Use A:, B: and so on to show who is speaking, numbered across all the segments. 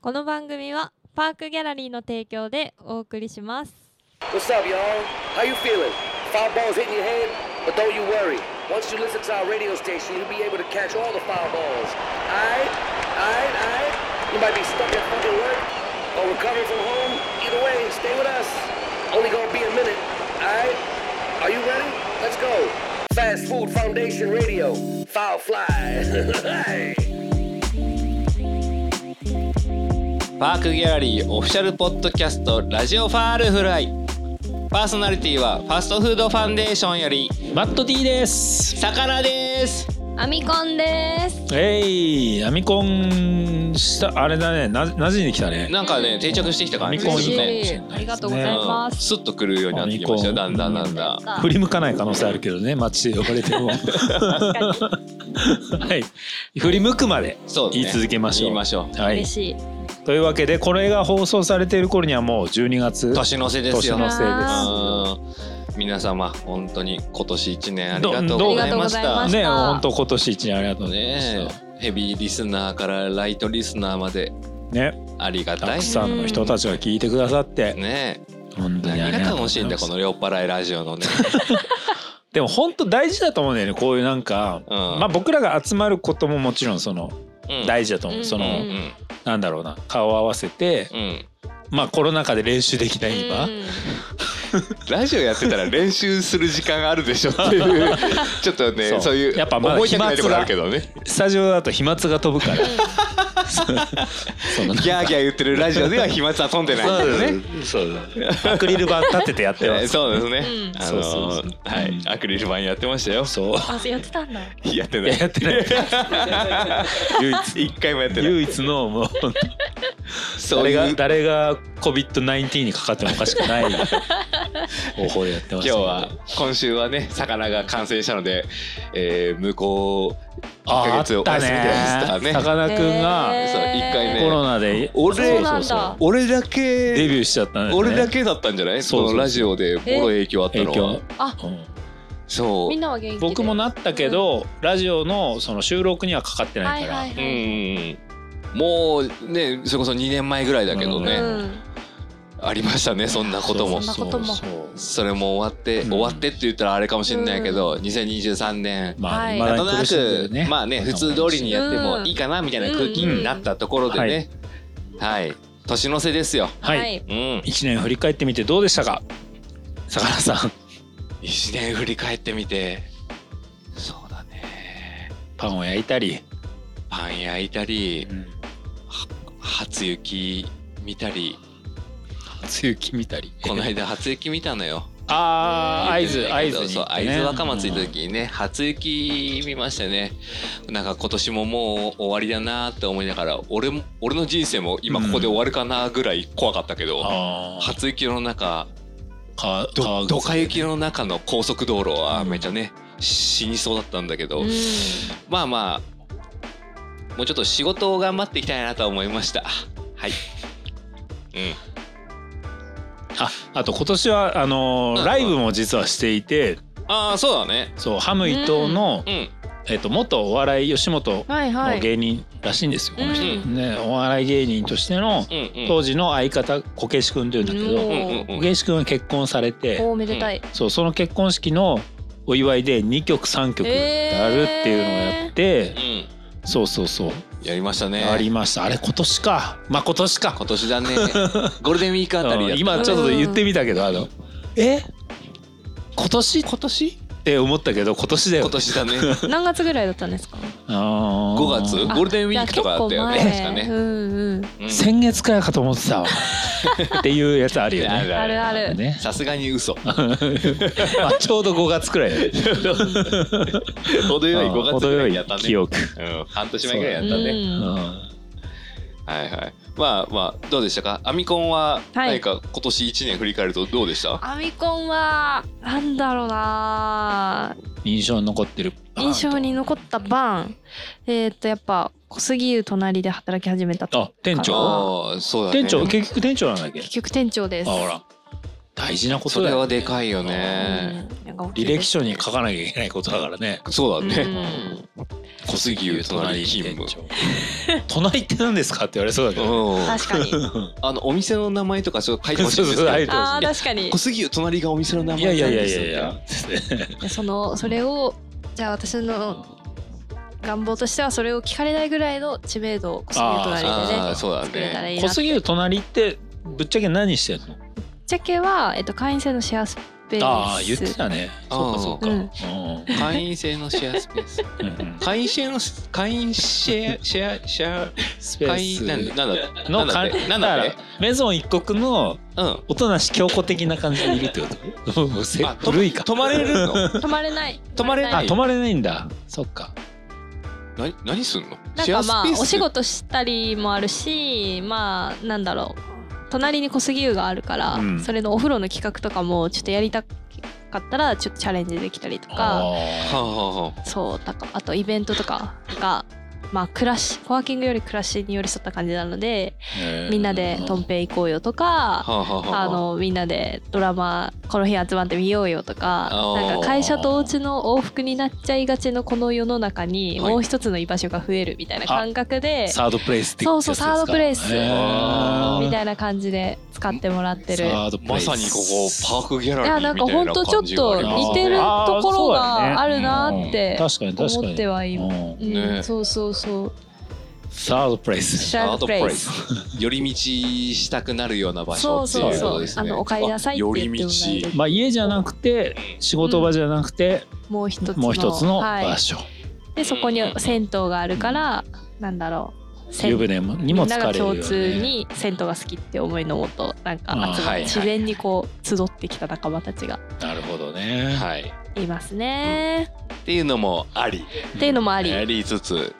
A: この番組はパークギャラリーの提供でお送りします
B: What's up, y'all? How you feeling? Foul balls hitting your head? But don't you worry. Once you listen to our radio station, you'll be able to catch all the foul balls. Aight? Aight? Aight? You might be stuck at fucking work or recovering from home. Either way, stay with us. Only gonna be a minute. Aight? Are you ready? Let's go. Fast Food Foundation Radio. Foul Fly.
C: パークギャラリーオフィシャルポッドキャストラジオファールフライパーソナリティはファストフードファンデーションより
D: マット D です。
C: 魚です
A: アミコンです
D: えい、アミコンしたあれだね。ななじんできたね。
C: なんかね定着してきた感じで
D: アミコン
C: す
D: いい
C: ね
A: 嬉しいありがとうございま
C: うん
A: す、
C: スッとくるようになってきましたよだ
D: ア
C: ん
D: ミ
C: だ
D: コン
C: んだんだん
D: 振り向かない可能性あるけどね。街で呼ばれても。
A: 確か
D: はい。振り向くまで
C: そうね
D: 言い続けましょう。
C: 言いましょ
D: は
A: に
D: い
A: 嬉。しい
D: というわけでこれが放送されている頃にはもう12月
C: う年の瀬ですよ
D: 年の瀬
A: あ
C: うん皆様本当に今年一年あり
D: ど
C: がとうございまし
A: どうありがとうござ
C: た
A: いまし
D: ね、
A: た
D: 本当今年一年ありがとう
C: ね
D: ね。
C: えヘビーリスナーからライトリスナーまで
D: ね、
C: ありがた
D: た
C: い
D: くさんの人たちが聞いてくださって、
C: ねえ
D: 本当にあ
C: 何が
D: りがとう
C: 楽
D: ござ
C: しい
D: い
C: ん
D: ま
C: だ
D: す
C: この酔っ払いラジオのね
D: でも本当大事だと思うんだよね。こういうなんか、
C: うん
D: まあ僕らが集まることももちろんその
C: うん
D: 大事だと思う。
A: うん
D: そ
C: うん
D: の、
C: うん
D: なんだろうな顔を合わせて、
C: うん、
D: まあコロナ禍で練習できない今、
A: うん
C: ラジオやってたら練習する時間あるでしょっていう ちょっとね
D: そ
C: そうういう
D: やっぱまあ
C: 思いたくないところあるけどね
D: スタジオだと飛沫が飛ぶから その
C: ギャーギャー言ってるラジオでは飛沫は飛んでないんだよね
D: そうだアクリル板立ててやってま
C: えー
D: す
C: そうですね、
A: うん
C: あ
D: そうそう
C: の
D: そう
C: ーはいアクリル板やってましたよ
D: そう
A: あやってたんだ
C: やって
D: い
C: な
D: やや
C: い
D: ってない唯一
C: 一回もやってない
D: 唯一のもう
C: そう
D: 誰
C: いう
D: が
C: 今
D: 誰が COVID-19 にかかってもおかしくない方法でやってま
C: 日
D: したけど
C: は今週はね魚が感染したので、えー、向こう1ヶ
D: ああ
C: 月
D: っ
C: お
D: た
C: 休みでしたから
D: ね
C: ね
D: さかなクンが
A: へ
C: そう一回ね
D: コロナで
C: 俺
A: そうなんだ
C: 俺だけ
D: デビューしちゃったんだよね
C: 俺だけだったんじゃない
D: そうそうそう
C: そのラジオでボロ影響あった
D: 影
C: のは
D: 響
A: あ
D: うん
C: そう
A: みんなは元気で
D: 僕もなったけど、ラジオのその収録にはかかって
A: は
D: ない
A: い
D: から、
A: はい
C: うん
A: は
C: う
A: い、
C: んうんもうねそれこそ2年前ぐらいだけどね、
D: うん
C: ありましたねそんなことも
A: そんなことも
D: そうそう
C: それも終わって、
D: うん
C: 終わってって言ったらあれかもしれないけど、2023年
D: まあ、
A: はい
D: ま
C: な
D: だ
C: んと
D: に
C: な
D: 苦しんで
C: く、
D: るね
C: まあね普通通りにやってもいいかなみたいな空気になったところでね、はい、年の瀬ですよ、
D: はい、
C: うん、
D: 1年振り返ってみてどうでしたか坂田さん
C: 1年振り返ってみてそうだね
D: パンを焼いたり、
C: パン焼いたり初雪見たり
D: 初雪見たり
C: この間初雪見たのよ
D: あー合
C: 言って
D: 図
C: ないけ
D: 合
C: ど
D: 図に
C: そう会津若松行った時にね初雪見ましたねなんか今年ももう終わりだなって思いながら俺も俺の人生も今ここで終わるかなぐらい怖かったけど、
D: あー
C: 初雪の中
D: か
C: ど
D: 川口
C: どか雪の中の高速道路はめちゃね、死にそうだったんだけど、
A: うん
C: まあまあもうちょっと仕事を頑張っていきたいなとは思いましたはいうん
D: ああと今年はあのー
C: うん
D: ライブも実はしていて
C: ああそうだね
D: そうハム伊藤の、
C: うん
D: えっと元お笑い吉本
A: はいは
D: の
A: い
D: 芸人らしいんですよ、この人
C: う
D: ねお笑い芸人としての
C: うんうん
D: 当時の相方こけし君というんだけ
A: う
D: ど
C: うんうん
D: こ
C: うん
D: けし君は結婚されて
A: おおめでたい、
D: そうその結婚式のお祝いで2曲3曲やるっていうのをやって
C: うん
D: そうそうそう
C: やりましたね
D: ありましたあれ今年かまあ今年か
C: 今年だねゴールデンウィークあたりや
D: うん
C: った
D: 今ちょっと言ってみたけどあのえ今年今年って思ったけど今年だよ
C: 今年だね
A: 何月ぐらいだったんですか
C: 5
D: 5
C: 月ゴ
A: あ
C: ールデンウィークとかだったよね
A: じゃあ
C: 確か
A: 結構前
C: ね
A: うんうん
C: うん
D: 先月くらいかと思ってたわっていうやつあるよね
A: あるある
D: ね
C: さすがに嘘
D: まあちょうど5月くらいだよね
C: 程よい5月ぐらいにやった
D: 程よい
C: ね
D: 記憶
C: うん半年前ぐらいやったね
A: うん
C: はいはいまあまあどうでしたかアミコンは
A: はい
C: 何か今年1年振り返るとどうでした
A: アミコンはなんだろうな
D: 印象に残ってる
A: 印象に残ったバンえーっとやっぱ小杉湯隣で働き始めたと
D: あ店
A: あ
D: 長
C: ああそうだね
D: 店長結局店長なんだっけ
A: 結局店長です
D: あほら大事なこと
C: そ
D: だ
C: れ
D: よ
C: はでかいよね。
A: うんなんか大きい
D: 履
A: で
D: 歴
A: す
D: 書に書かなきゃいけないことだからね
C: そうだ
A: う
C: ね。
A: ん
C: 小杉湯隣勤務。
D: 務隣って何ですかって言われ そうだけど
C: うん
A: 確かに。
C: あのお店の名前とかちょっと書いてほしいんです
D: そうそうそう書
C: け
D: いて
C: ど。
A: ああ確かに
C: 小。杉湯隣がお店の名
D: い
C: 前
D: や
C: ないん
D: やいや
C: で
D: い
C: す
D: や
C: みた
D: い
C: いな
D: や。
A: そのそれをじゃあ私の願望としてはそれを聞かれないぐらいの知名度を小杉となりで
C: あ
A: ね
C: あそうだ
A: 作れたら
C: ね。
A: いいな。
D: 小
A: ぶっ
D: 杉湯隣ってぶっちゃけ何してんの
A: ちゃけはえっと会員制のシェアスペース。
D: ああ言ってたね
C: あー
D: そうかそうかうん
C: 会員制のシェアスペース。
D: うん
C: 会員制の会員シェアシェアシェ
D: ス
C: ア
D: ペ
C: 会員なん
D: ー
C: だなんだ
D: スの
C: なんだってな
D: だ
C: ん
D: か
C: だっ
D: ら
C: て
D: メゾン一国の
C: うん。
D: おとなし強固的な感じでいるってこともうせ
C: あと
D: 古い か
C: 泊まれる の？
A: 泊まれない。
C: 泊まれな
D: あ
C: い
D: 泊まれないんだそっか
C: な何すんの？
A: なん
C: シェ
A: か
C: アスペ
A: まあ
C: ース
A: お仕事したりもあるしまあなんだろう隣に小杉湯があるから、
D: うん
A: それのお風呂の企画とかもちょっとやりたかったらちょっとチャレンジできたりとか
C: は
D: あ
C: あはあはあ
A: そうだかあとイベントとかが。まあ、暮らしコワーキングより暮らしに寄り添った感じなので
D: ー
A: みんなでとんぺい行こうよとか
C: はあはあはあ
A: あのみんなでドラマこの日集まってみようよとか
C: あー
A: なんか会社とお家の往復になっちゃいがちのこの世の中に
C: はい
A: もう一つの居場所が増えるみたいな感覚で、
D: サードプレイスって
A: そうそうサードプレイス
D: へー
A: みたいな感じで使ってもらってる。
D: サードプレ
C: ま
D: イス
C: さにここパークギャラ
A: い
C: リ
A: や
C: ー
A: なんか
C: みたい
A: 本
C: な
A: 当ちょ
C: 感
A: っ
C: じがあ
A: と
C: りますね
A: 似てるところがあるな
C: あーそうだよね
A: って
D: 確かに確か
A: 思っ
D: に
A: てはいる。
D: うん
A: うん
C: ね
A: そうそうそう。
D: サードプレイス
A: シャードプレイ
C: サ
A: ス。
C: 寄り道したくなるような場
A: そう
C: 所って
A: そう
C: いうこ
A: そ
C: と
A: う
C: で。す
A: あ
C: ね。
A: のお帰りなさいって言ってもらえ
C: 寄り
A: る。
D: まあ家じゃなくて仕事場じゃなくて
A: もう一つの。
D: もう一つの
A: は
D: 場
A: い。
D: 所
A: でそこに銭湯があるからなんだろう。銭
D: 湯船もに
A: み
D: も
A: んな
D: 疲れ
A: が
D: るよ
A: 共通
D: ね
A: に銭湯が好きって思いのもとなんか
D: あー
A: 集ま
C: はいはい
A: 自然にこう集ってきた仲間たちが
D: なるほどね
C: はい。っ
A: いますね。
C: ていうのもあり、
A: っていうのもあり。
C: やりつつ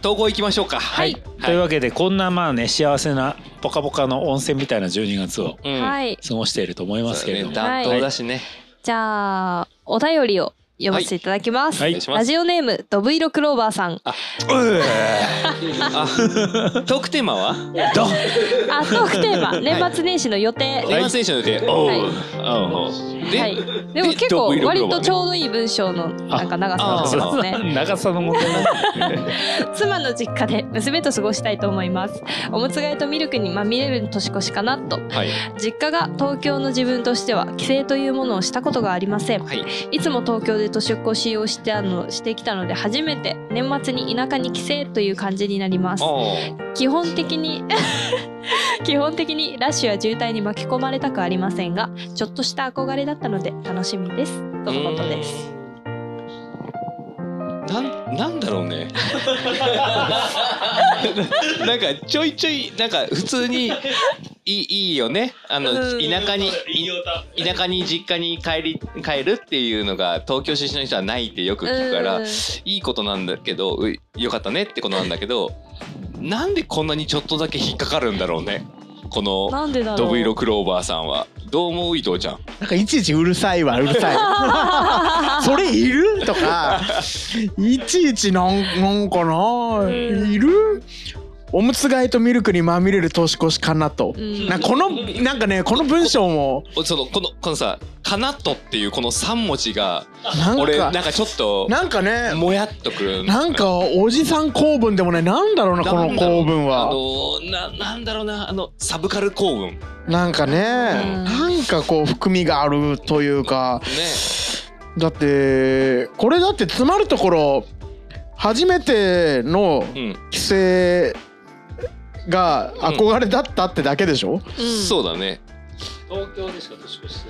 C: 投稿行きましょうか。はい
D: というわけでこんなまあね幸せなポカポカの温泉みたいな12月を
C: うん
A: はい。
D: 過ごしていると思いますけれど
C: そう
D: も
C: だね
A: は
C: 担
A: い
C: 当だしね。
A: じゃあお便りを読ませていただきます。
D: はい
C: お願いしま
A: ラ
C: す。
A: ジオネームドブイロクローバーさん。
C: あ、トークテーマは？
D: ど
A: あ、トークテーマ年末年始の予定。
C: 年末年始の予定。おう
A: はい
C: おうおう。で、
A: はい。でも結構
C: ドブイロクロ
A: 割
C: ーバーね
A: とちょうどいい文章のなんか長
C: あ
A: さなんですね。
D: 長さの問題
A: 妻の実家で娘と過ごしたいと思います。おむつ替えとミルクにまみれる年越しかなと。
C: はい
A: 実家が東京の自分としては帰省というものをしたことがありません。
C: はい。
A: いつも東京で年越しをしてあのしてきたので初めて年末に田舎に帰省という感じになります。
C: おう
A: 基本的に 基本的にラッシュや渋滞に巻き込まれたくありませんがちょっとした憧れだったので楽しみですとのことです。
C: なんなんだろうね。 なんかちょいちょいなんか普通にいいいいよね。あの
A: うん
C: 田舎にい田舎に実家に帰り帰るっていうのが東京出身の人はないってよく聞くから
A: うん
C: いいことなんだけどうよかったねってことなんだけどなんでこんなにちょっとだけ引っかかるんだろうねこの
A: なんでだろ
C: ド
A: う
C: ブイロクローバーさんはどう思う伊藤ちゃん
E: なんかいちいちうるさいわうるさいわ それいるとかいちいちなんなんかな
A: うん
E: いるおむつ替えとミルクにまみれる年越しかなと、
A: うん
E: なんかこのなんかねこの文章も
C: おそのこのこのさ「かなと」っていうこの3文字が
E: なん
C: 俺な
E: か
C: んかちょっと
E: なんかね
C: もやっとくる
E: なんかおじさん構文でもねなんだろうなこの構文
C: あ
E: は
C: のななんだろうなあのサブカル構文ね
E: なんかね
A: ん
E: なんかこう含みがあるというかだってこれだって詰まるところ初めての
C: うん、
E: 規制が憧れだったってだけでしょ、
A: うん
C: そうだね
D: 東京でしか年越して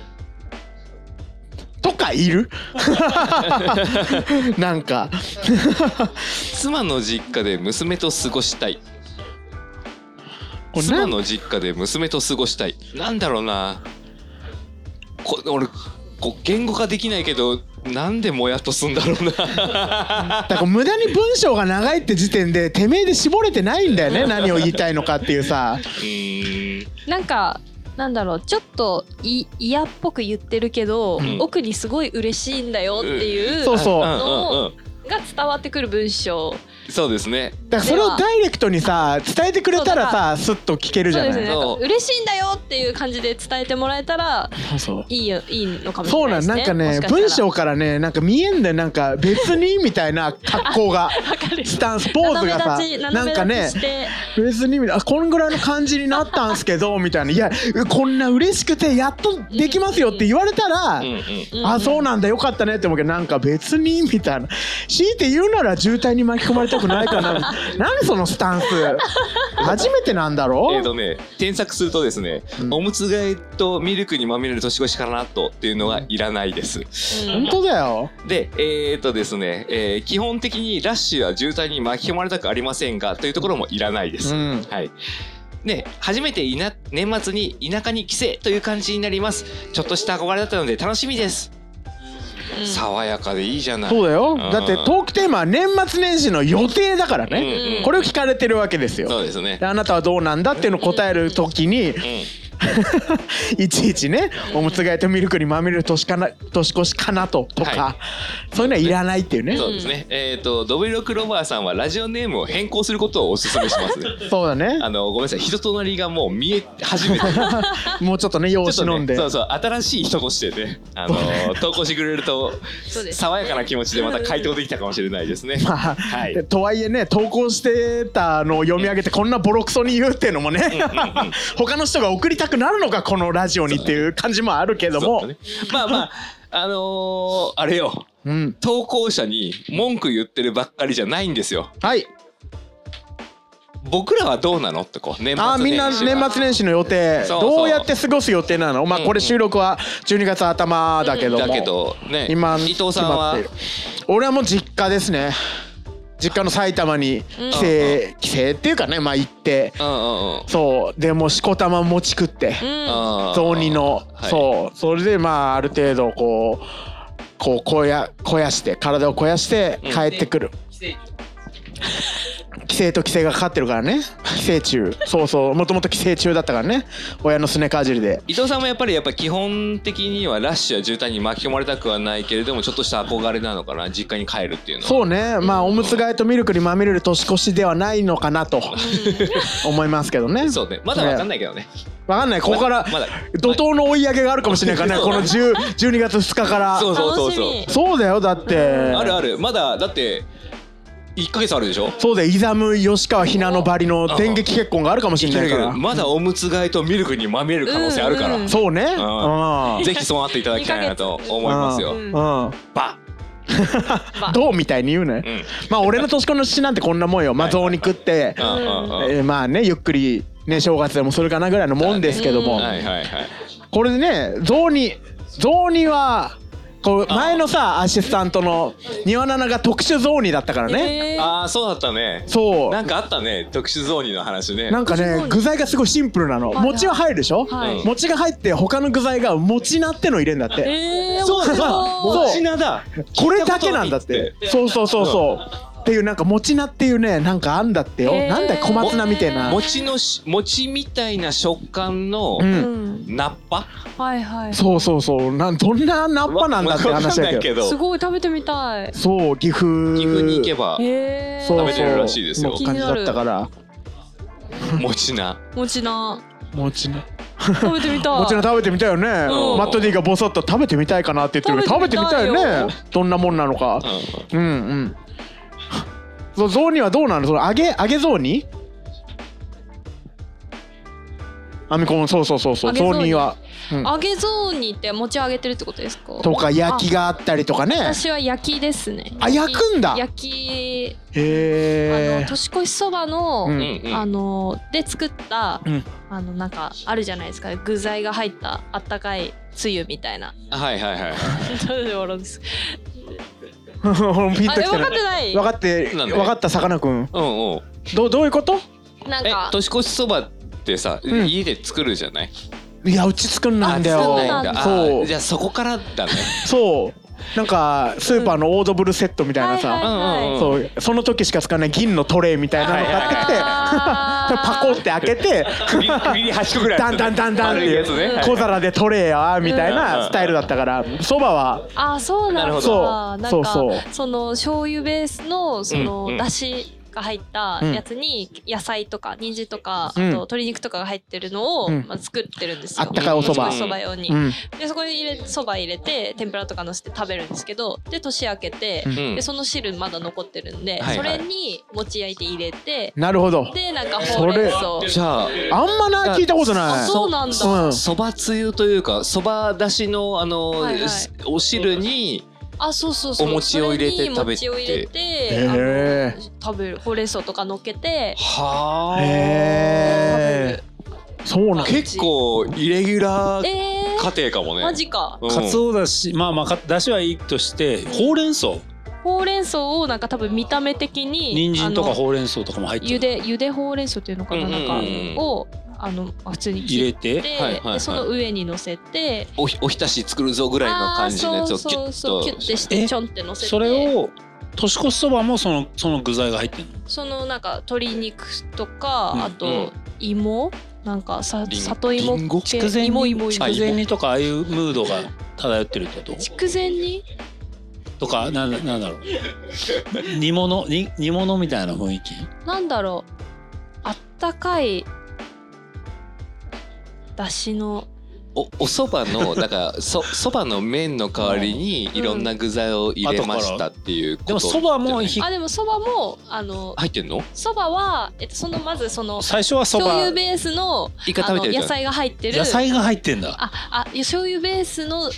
E: とかいる なんか
C: 妻の実家で娘と過ごしたい
E: これ
C: 妻
E: なん
C: の実家で娘と過ごしたいなんだろうなこ俺こう言語化できないけどなんでもやっとすんだろうな
E: だから無駄に文章が長いって時点でてめえで絞れてないんだよね何を言いたいのかっていうさ
C: うーん
A: なんかなんだろうちょっとい嫌っぽく言ってるけど、
C: ん
A: 奥にすごい嬉しいんだよっていう
E: そう
C: う
E: そう
C: んうんうん
A: が伝わってくる文章
C: そうですね
E: だからそれをダイレクトにさ伝えてくれたらさスッと聞けるじ
A: そう
E: ゃ
A: です
E: な
A: ね
E: い
A: なんか
C: そう
A: 嬉しいんだよっていう感じで伝えてもらえたら
E: そう
A: いいよいいのかもし
E: そ
A: れ
E: う
A: ない
E: な
A: で
E: ん
A: すね
E: なんかね
A: もししたら
E: 文章からねなんか見えんだよなんか別にみたいな格好がスタンスポーズがさ
A: 斜め立ち
E: な
A: 斜
E: ん
A: め
E: かね
A: 立ちして
E: 別にあこんぐらいの感じになったんすけどみたいないやこんな嬉しくてやっとできますよって言われたら、
C: うんうん
A: うん
E: あそうなんだよかったねって思うけどなんか別にみたいな強いて言うなら渋滞に巻き込まれたくないかな 何そのスタンス初めてなんだろ
C: えーとね、添削するとですね、
E: うん
C: おむつ替えとミルクにまみれる年越しかなとっていうのはいらないです。
A: うん
E: 本当だよ
C: で、えーとですね、えー基本的にラッシュは渋滞に巻き込まれたくありませんがというところもいらないです。
E: うん
C: はい。で、初めていな年末に田舎に帰省という感じになります。ちょっとした憧れだったので楽しみです。
A: うん
C: 爽やかでいいじゃない。
E: そうだよ
C: うん
E: だってトークテーマは年末年始の予定だからね
C: うんうん
E: これを聞かれてるわけですよ
C: そうですね
E: で。あなたはどうなんだっていうのを答えるときに
C: うん。
E: いちいちねおむつ替えとミルクにまみれる年かな年越しかなとと
C: は
E: かそういうのはいらないっていうね
C: そうですね。えーと、ドブロクロバーさんはラジオネームを変更することをお勧めし ますね。
E: そうだね
C: あの、ごめんなさい。人となりがもう見え始 めてる。
E: もうちょっとね用
C: ちょっ
E: 紙
C: と
E: 飲
C: ね
E: んで
C: そうそう新しい人としてねあのー投稿してくれると
A: そうですね
C: 爽やかな気持ちでまた回答できたかもしれないですね。
E: まあ
C: はい
E: でとはいえね投稿してたのを読み上げてこんなボロクソに言うっていうのもね他の人が送りたくなるのかこのラジオにっていう感じもあるけど
C: そう
E: も
C: だねまあまああのーあれよ
E: うん
C: 投稿者に文句言ってるばっかりじゃないんですよ。
E: はい
C: 僕らはどうなのってこう年末年始
E: あ
C: は
E: ーみんな年末年始の予定
C: そうそう
E: どうやって過ごす予定なのまあ
C: うん
E: これ収録は12月頭だけど
C: だけ
E: も
C: どね
E: 今
C: 伊藤さんは
E: 決まってる俺はもう実家ですね実家の埼玉に帰省帰省っていうかねまあ行って
C: うんうんうん
E: そうでもうしこたま餅食って
A: うん
C: あー
E: 雑煮の、
C: はい
E: そうそれでまあある程度こうこう肥や肥やして体を肥やして
C: うん
E: 帰ってくる、寄生と寄生がかかってるからね寄生虫そうそうもともと寄生虫だったからね親のすねかじりで
C: 伊藤さんもやっぱりやっぱ基本的にはラッシュや渋滞に巻き込まれたくはないけれどもちょっとした憧れなのかな実家に帰るっていうのは
E: そうねまあおむつ替えとミルクにまみれる年越しではないのかなと思いますけど ね
C: そうねまだわかんないけどね
E: わかんないここから
C: まだ
E: 怒涛の追い上げがあるかもしれないからねこの10 12月2日から
C: そうそうそうそう
A: 楽しみ
E: そうだよだって
C: あるあるまだだって1ヶ月あるでしょ
E: そうだよイザム吉川ひなのばりの電撃結婚があるかもしれないから
C: まだおむつ替えとミルクにまみれる可能性あるから、
A: うんうん
E: そうね。
C: ん
E: うん
C: ぜひそうなっていただきたいなと思いますよ
E: うん
C: バ
E: どうみたいに言うね
C: ッう。ん
E: まあ俺の年子の父なんてこんなもんよ。まあ雑煮食って、
C: うんうんうん
E: えーまあねゆっくりね正月でもするかなぐらいのもんですけども、
C: はいはいはい
E: これでね雑煮雑煮はこう前のさアシスタントの庭菜々が特殊雑煮だったからね。
A: えー
C: ああそうだったね
E: そう。
C: なんかあったね特殊ゾーニの話ね
E: なんかね具材がすごいシンプルなの
A: はい
E: 餅は入るでしょ、
A: はい
E: 餅が入って他の具材が餅なっての入れんだって、
A: えー
E: そうそ
A: 面白
E: う
A: い
E: そう
C: 品だ
E: これだけなんだってそうそうそうそうっていうなんか餅菜っていうねなんかあんだってよ
A: へー
E: なんだよ小松菜みたいな
C: 餅のし餅みたいな食感の
E: う
A: うんん
C: ナッパ
A: はいはい
E: そうそうそうなんどんな菜っぱなんだって
C: わか
E: 話
C: んな
E: だ
C: い
E: け
C: け
E: ど
C: ど
A: すごい食べてみたい
E: そう岐阜
C: 岐阜に行けば
A: へえ
E: そう
C: 食べれるらしいですよ
E: そう感じだったから
C: 餅な
A: 餅な
E: 餅菜
A: 食べてみ たい
E: 餅菜食べてみたいよね
C: うん
E: マット D がボソッと食べてみたいかなって言ってるけど
A: 食
E: 食べ
A: べ
E: て
A: て
E: み
A: み
E: た
A: た
E: い
A: いよ
E: よねどんなもんなのか
C: うん
E: うんうんそう雑煮はどうなのその揚げ揚げ雑煮アミコンそうそうそうそう
A: 揚げ雑
E: 雑
A: 煮
E: 煮はうん
A: 揚げ雑煮って持ち上げてるってことですか
E: とか焼きがあったりとかね
A: 私は焼きですね
E: あ焼くんだ
A: 焼きあ
E: へ
A: の年越しそばの、
E: うん
C: うんうん
A: あので作った、
E: うん
A: あのなんかあるじゃないですか具材が入ったあったかいつゆみたいな
C: はいはいはい
A: どうで笑うんですか
E: えピン
A: あ
E: と
A: れ
E: きて
A: 分かっ
E: ない
A: てない
E: 分かって
C: なんで
E: 分かったさかなクン
C: うんうん
E: どうどういうこと
A: なん
C: え
A: か
C: 年越しそばってさ、
E: うん
C: 家で作るじゃない
E: いやうち作んないんだよ
A: あ作んないんだ
C: あー
E: そう
C: じゃあそこからだね
E: そうなんかスーパーのオードブルセットみたいなさ、
A: はいはいはい
C: うん
E: そうその時しか使わない銀のトレイみたいなの買ってきて、 パ
A: パ
E: コって開け て
D: 首首に端っこぐらい
E: ダンダンダンダンってい
C: あるやつ
E: う
C: ね
E: 小皿でトレイやみたい
C: うん
E: なスタイルだったからそばは
A: あそうなんだ
C: なるほ
E: ど
A: なんか
E: そう
A: そ
E: そう
A: の醤油ベースのその、
C: うんうん
A: だしが入ったやつに野菜とか人参とか、
E: うん
A: あと鶏肉とかが入ってるのを、
E: うん
A: まあ、作ってるんですよ
E: あったかいお蕎麦
A: うん作る蕎麦用に、
E: うん
A: でそこに入れそば入れて天ぷらとかのせて食べるんですけどで年明けて、
E: うん
C: うん
A: でその汁まだ残ってるんで、
C: はいはい
A: それに餅焼いて入れて
E: なるほど
A: でなんかほうれん草
E: そ
C: じゃあ
E: あんまな聞いたこと
A: あ
E: ない
A: そうなんだ、
E: うん
C: そばつゆというかそばだしのあの、
A: はいはい
C: すお汁に
A: あそうそうそう
C: お餅を入れて食べて
A: それに餅を入れて、
E: へえ
A: 食べるほうれん草とか乗っけて
C: はあ、
E: へえそうなんだ
C: 結構イレギュラー
A: えー、
C: 家庭かもね
A: マジか
C: うん
D: かつおだしまあまあかだしはいいとしてほうれん草
A: ほうれん草をなんか多分見た目的に
D: 人参と
A: あ
D: か
A: の
D: ほうれん草とかも入って
A: ゆ
D: る
A: でゆでほうれん草っていうのかな,、
C: うんうんうん
A: なんかをあの普通に
D: 入
A: 切
D: れ
A: ってて、
C: はいはいはい
A: でその上に乗せて
C: おひおひたし作るぞぐらいの感じのやつを
A: あー
C: キュ
A: そうそ
C: ッ
A: うそうキュ
C: と
A: ッてし
D: え
A: てちょんって乗せて
D: それを年越しそばもそのその具材が入ってる
A: そのなんか鶏肉とか、
D: うん
A: あ
C: う
A: と
C: ん
A: 芋なんかさ
C: リン
A: 里
C: リン
A: 芋
C: ゴ
A: 系
D: 筑前
A: 芋
D: 煮
A: 芋芋
D: 筑前煮とかああいうムードが漂ってるってこと
A: 筑前煮
D: とかなんだなんだろう煮物煮煮物みたいな雰囲気
A: なんだろうあったかいだしの
C: おおそば のだからそそばの麺の代わりにいろんな具材を入れましたっていうこと
D: でもそばも
C: ひ
D: ひ
A: あでもそばもあの
C: 入ってんの
A: そばは、えっと、そのまずその
D: 最初はそ
A: 醤
D: ば
A: 油ベースの
C: 一回
A: あ
C: 食べ
A: の
C: てるじ
A: 野
C: ゃん
A: 菜が入ってる
D: 野菜が入ってんだ
A: ああ醤油ベースの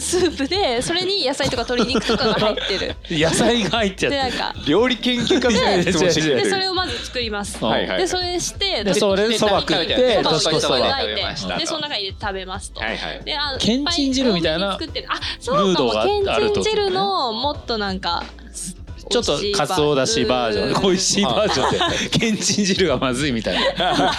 A: スープでそれに野菜とか鶏肉とかが入って る
D: 野菜が入っちゃっ
A: で
D: て
A: なんか
C: 料理研究家みたいな質問してきて
A: で
C: る
A: それをまず作ります
D: うん
C: はいはい
A: でそれして
D: でそれ
A: で
D: そば食って
A: そばを
D: 年越しそば
A: 焼い
C: 食べました
A: てでその中に入れて食べますと
C: はいはい
A: であの
D: けんちん汁みたいな
A: っぱ多めに作ってるあそうかも
D: ムードがある
A: けんちん汁のもっとなんか
D: ちょっとかつおだしバージョン美味しいバージョンでけんちん汁がまずいみたいな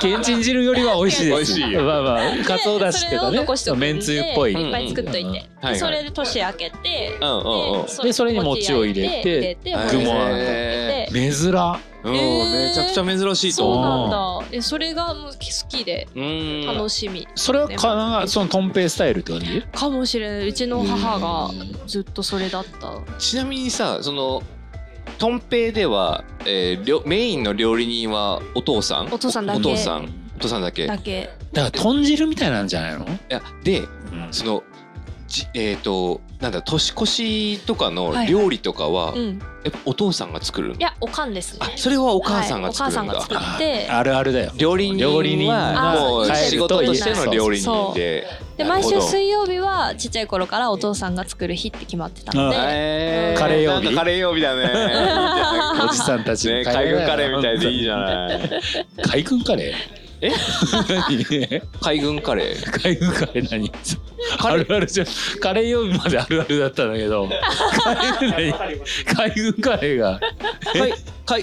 D: けんちん汁よりは美味しいです
C: 美味しいよ
D: まあまあかつおだしっていうか
A: でそれを
D: ね
A: 残しとくんで
D: めんつゆっぽい
A: いっぱい作っといて、
D: うんうん
A: で
C: はいはい
A: それで年明けて
C: うんうんうん
D: でそれに餅を入れて
A: 餅
D: 具も
A: を
D: あ
A: 入
D: る
A: れて
D: 珍
C: うん
A: えー
C: めちゃくちゃ珍しいと
A: そう
C: 思う
A: なんだえそれがもう好きで
C: うん
A: 楽しみ
D: それはかなそのとんぺいスタイルって感じ
A: かもしれないうちの母がずっとそれだった
C: ちなみにさそのとんぺいでは、えーりょ、メインの料理人はお父さん
A: お父さんだけ
C: お父さんお父さんだけ
A: だけ
D: だから豚汁みたいなんじゃないの
C: いやで
D: うん
C: そのじえっ、となんだ年越しとかの
A: いはい
C: 料理とかは、
A: うん
C: やっぱお父さんが作るの
A: いやおかんですね
C: あそれはお母さん
A: はい
C: が
A: お母
C: 作
A: さ
C: る
A: ん
C: ん
A: が
C: だ、
A: 作って
D: あるある だよ
C: 料理
D: 料理
C: 人
D: 人
C: は
A: は
C: もう
A: 帰ると
C: 仕事としての料理人で
A: で
C: な
A: 毎
C: るほ
A: 週
C: ど
A: 水曜日はちっちゃい頃からお父さんが作る日って決まってたので
C: え
D: カレー曜日
C: なんかカレー曜日だね
D: おじさんたち
C: ね
D: の
C: 海軍カレーみたいでいい
D: じ
C: じゃない
D: ゃん海軍カレー
C: え
D: 何
C: 海軍カレー
D: 海軍カレー何あるあるじゃんカレー曜日まであるあるだったんだ けど海軍海軍カレーが
C: 海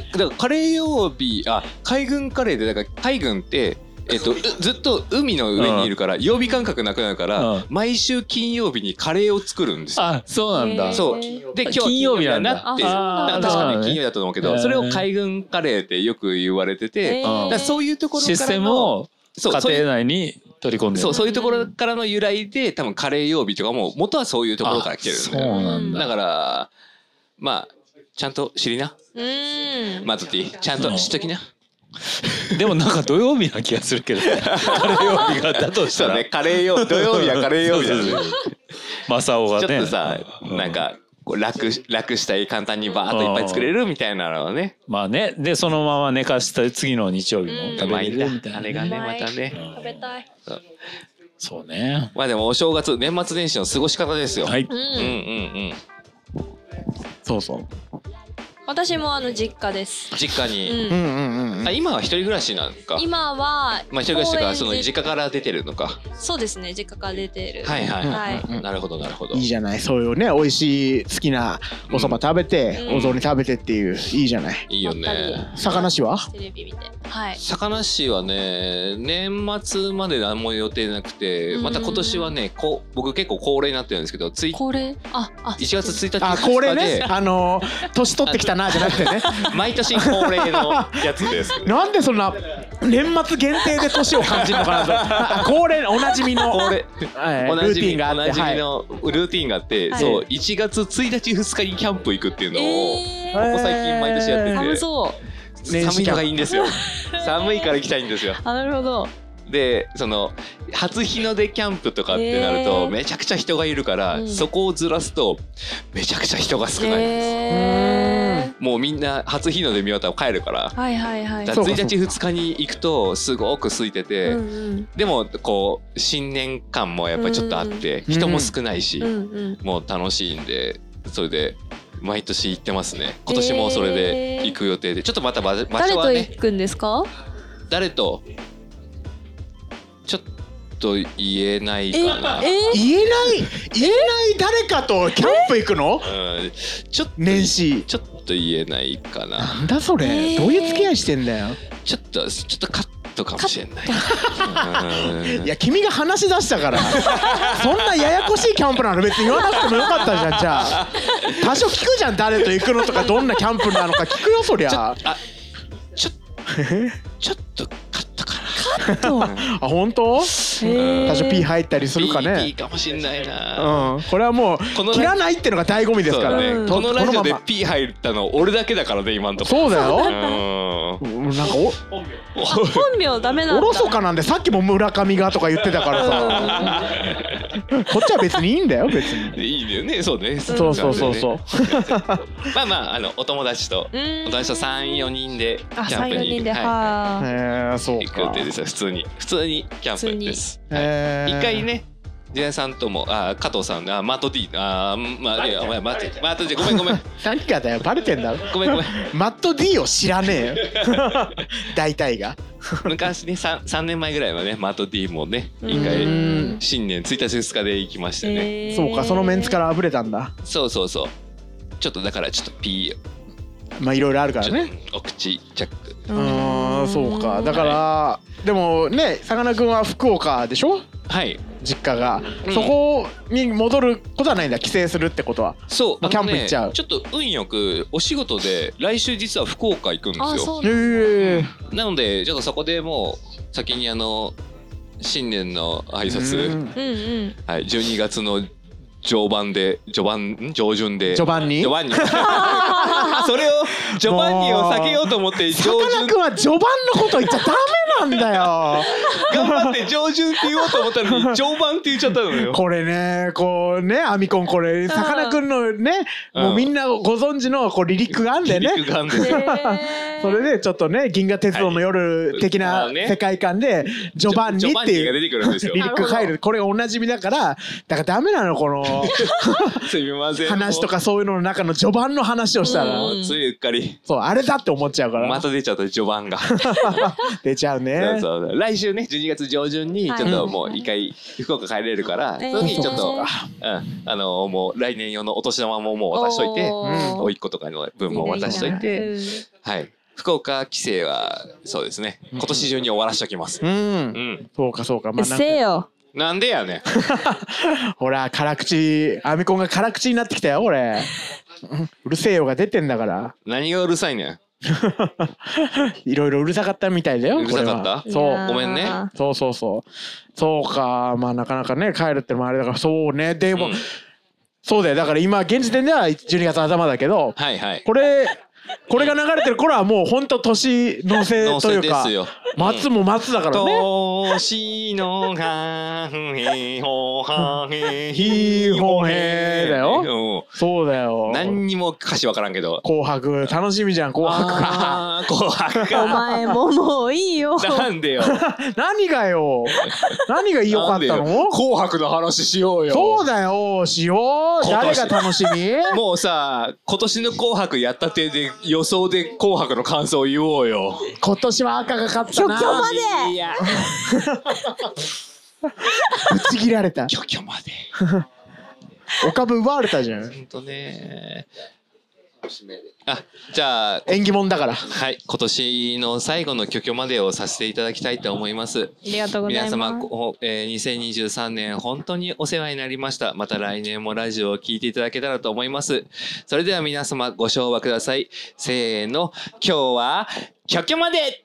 C: 海だからカレー曜日あ海軍カレーでだから海軍ってえっと、うずっと海の上にいるから曜日感覚なくなるから、
D: うん
C: 毎週金曜日にカレーを作るんですよ
D: あそうなんだ
A: へー
C: そうで今日
D: 金曜日な
C: だ
D: んだ
C: なっていう
A: あそうなんだ
C: 確か
D: そうなの
C: に
D: ね
C: 金曜日だと思うけ
D: へ
C: ど
D: ー
C: それを海軍カレーってよく言われてて
A: え
D: だか
A: ー
C: だからそういうところから
D: シ
C: の
D: ステムを
C: そうそう
D: 家
C: いう
D: 庭内に取り込んでる
C: そうそういうところからの由来で多分カレー曜日とかも元はそういうところから来てるん
D: そ
C: だ
D: う
C: よ
D: なん
C: だ
D: だ
C: からまあちゃんと知りな
A: うーん
C: マトティちゃんと知っときな
D: でもなんか土曜日な気がするけどねカレー曜日がだとしたら
C: カレー 曜日土曜日はカレー曜日だ
D: そうマサオが
C: ち
D: ね
C: ょっとさ
D: うん
C: なんかこう楽楽したり簡単にバーッといっぱい作れるみたいなのはね
D: まあねでそのまま寝かした次の日曜日も
C: う
D: 食べ
C: まい
D: れ
C: んだ
D: るみたいな、
C: あれがねまたね
A: 食べたい
D: そうね
C: まあでもお正月年末年始の過ごし方ですよ。
D: はい、
A: う
C: うんうん
A: ん
C: うん。
E: そうそう
A: 私もあの実家です
C: 実家
A: う
C: に。
E: う
A: ん
E: んうんうんう
C: あ
E: ん
C: 今は一人暮らしなのか。
A: 今は
C: まあ一人暮らしという
A: 公
C: か
A: 園
C: その
A: で
C: 実家から出てるのか。
A: そうですね実家から出てる
C: はいはい
A: は
C: はいい。なるほどなるほど。
E: いいじゃないそういうね美味しい好きなお蕎麦食べて、
A: うん
E: お雑煮食べてっていういいじゃない
C: いいよ
A: まったり
C: ね。
E: 魚市は
A: テレビ見てはい。
C: 坂梨市はね年末まで何も予定なくてまた今年はねこう僕結構恒例になってるんですけどつい1
A: これ、あ、あ、
C: 月1日
E: あ
C: 2
E: これ
C: 日
E: ね
C: で
E: あの年取ってきたなじゃなくて ね
C: 毎年恒例の やつです。
E: なんでそんな年末限定で年を感じるのか なとあ恒例おなじみの
C: 恒例
E: はい
C: おな
E: ルー
C: じ
E: テ
C: み
E: ィンがあ
C: お
E: っ
C: な
E: て
C: じ
E: は
C: み
E: い
C: のルーティンがあって、
A: はい
C: そう1月1日2日にキャンプ行くっていうのを、
A: え
C: ここ最近毎年やってて
A: 寒そう。
E: 年始
C: 寒いのがいいんですよ 寒いから行きたいんですよ
A: あ、なるほど。
C: でその初日の出キャンプとかってなる
A: へ
C: と
A: ー
C: めちゃくちゃ人がいるから、
A: うん
C: そこをずらすとめちゃくちゃ人が少ないんです、
A: え
C: もうみんな初日の出見終わったら帰るから
A: ー。はいはいはい
C: だ。
E: そうか
C: 1日2日に行くとすごく空いてて、
A: うんうん
C: でもこう新年感もやっぱりちょっとあって、
E: うん
C: 人も少ないし、
A: うんうん。
C: もう楽しいんでそれで毎年行ってますね今年もそれで行く予定で、ちょっとまた場場
A: 誰
C: 所は
A: と
C: ね
A: 行くんですか？
C: 誰とちょっと言えない
A: え、え
C: か
A: ー、
C: な、
E: 言えない言えない誰かとキャンプ行くの
C: うん、ちょっと
E: 年始
C: ちょっと言えないかな
E: なんだそれ、
A: えー
E: どういう付き合いしてんだよ
C: ちょっとちょっとカットかもしれないうん
E: いや君が話し出したから そんなややこしいキャンプなの別に言わなくてもよかったじゃんじゃあ多少聞くじゃん誰と行くのとかどんなキャンプなのか聞くよそり
C: ちょ
E: ゃ
C: あちょちょっとカットかな
E: あ本当多
A: えー
E: 少 P 入ったりするか
C: いい
E: ね
C: かもしれないうな、
E: んこれはも
C: この
E: う切らないってのが醍醐味です
C: そう
E: か
C: だ
E: ら
C: ね、
A: うん
C: このラジオで
E: このまま
C: P 入ったの俺だけだからね今んとこ
E: そうだよ
C: うん
E: うんなんかお
A: 本名ダメなんだ。
E: おろそかなんでさっきも村上がとか言ってたからさこっちは別にいいんだよ別に
C: いいよね、そうね。そ
E: そうそうそうそう
C: まあまあ、あの、お友達と、
A: う
C: お
A: ん。
C: 友達と三四人で、キ
A: あ、
C: ャン
A: 三
C: プ
A: 四
C: に
A: 人で、
C: は
E: え
A: は
E: ーそう
C: い行く予
E: か
C: 定ですよ。普通に、普通にキャンプです。はい
E: えー
C: 一回ね、ジェンさんとも、あ、加藤さん、あ、マート D、あ、まあ、いや、お前、マート、マート D、ごめん、ごめん、
E: 何がだよバレてんだろ
C: ごめん、ごめん。
E: マット D を知らねえよ大体が
C: 昔ね、三、三年前ぐらいはね、マート D もね、
A: い。
C: 一
E: う
C: 回。
E: ん
C: 新年一日二日で行きましたね。
A: えー
E: そうかそのメンツからあぶれたんだ
C: そうそうそう。ちょっとだから、ちょっと P
E: まあいろいろあるか
C: を、ち
E: ら
C: ょっ
E: ね
C: とお口チャック。
E: うーんそうかだからでもねさかなクンは福岡でしょ
C: はい。
E: 実家が
C: うん
E: そこに戻ることはないんだ帰省するってことは
C: そう、
E: もうキャンプ
C: あのね
E: 行っちゃう
C: ちょっと運よくお仕事で来週実は福岡行くん
A: あ、
C: ですよ。
A: そうなんだ。
E: へえ
C: なのでちょっとそこでもう先にあの新年の挨拶、
A: うんうん。
C: はい、12月の序盤で序盤ん上旬で
E: 序盤に
C: 序盤にそれを序盤にを避けようと思って
E: さ
C: 上
E: かな
C: 旬
E: クンは序盤のこと言っちゃダメなんだよ
C: 頑張って上旬って言おうと思った のに上盤って言っちゃったのよ。
E: これねこうねアミコンこれさかなクンのね
C: うん
E: もうみんなご存知のこうリリックがあんだよね
C: リリックがあんだよ
A: えー
E: それでちょっとね「銀河鉄道の夜」的
C: ま
E: な
C: あね
E: 世界観で「ジョバンニ」って
C: ジョバンニが出
E: い
C: てく
E: う
C: るんですよ
E: リ。リック入るこれおなじみだからだからダメなの この
C: すみません。
E: 話とかそういうのの中の序盤の話をした
C: も
E: ら
C: う。もうついうっかり
E: そうあれだって思っちゃうから
C: また出ちゃった序盤が。
E: 出ちゃう
C: そう
E: ね
C: そうそう来週ね12月上旬にちょ
A: は
C: っ
A: い
C: ともう一回福岡帰れるから、
A: えー
C: その時にちょっと、
A: そう
C: うん、あのもう来年用のお年玉ももう渡しといて
A: おー
C: 甥っ子とかの分も渡しといて
A: いいねいいね
C: はい福岡帰省はそうですね今年中に終わらしときます
E: う、
C: うんん、
E: そうかそうか
A: う
E: ま
A: っ
E: あなん
A: せえよ。
C: なんでやねん
E: かほら辛口アミコンが辛口になってきたよ俺うんうるせえよが出てんだから
C: 何がうるさいねん
E: いろいろうるさかったみたいだよ
C: うるさかった
E: これはい
A: やー
C: ごめんね
E: そうそうそうそうかまあなかなかね帰るってのもあれだからそうねでも、
C: うん
E: そうだよだから今現時点では12月頭だけど
C: はいはい
E: これこれが流れてる頃はもうほんと年のせ
C: 能
E: とい
C: 勢
E: う
C: で
E: か
C: すよ
E: 松も松だからね
C: 年のがへほはへ
E: ひほへだ
C: よ、
E: そうだ
C: う
E: よ
C: ん、何にも歌詞わからんけど
E: 紅白楽しみじゃん紅白
C: あー紅白
A: お
C: か。
A: 前ももういい よ。
C: なんでよ。
E: 何がよ何が良か
C: なん
E: った
C: でよ
E: の
C: 紅白の話しようよ。
E: そうだよしよう
C: 今
E: 誰
C: 年
E: が楽しみ
C: もうさ、今年の紅白やったてで予想で紅白の感想を言おうよ。
E: 今年は赤が勝った
A: 虚
E: な
A: 虚まで
C: いや、
E: ぶち切られた
C: 虚虚まで。
E: お株奪われたじゃん
C: ほんとね。じゃあ、
E: 縁起物だから
C: はい、今年の最後の挙挙までをさせていただきたいと思います。
A: ありがとうございま
C: 皆
A: す。
C: 様、こうえー2023年本当にお世話になりました。また来年もラジオを聞いていただけたらと思います。それでは皆様ご唱和ください。せーの、今日は、キョキョまで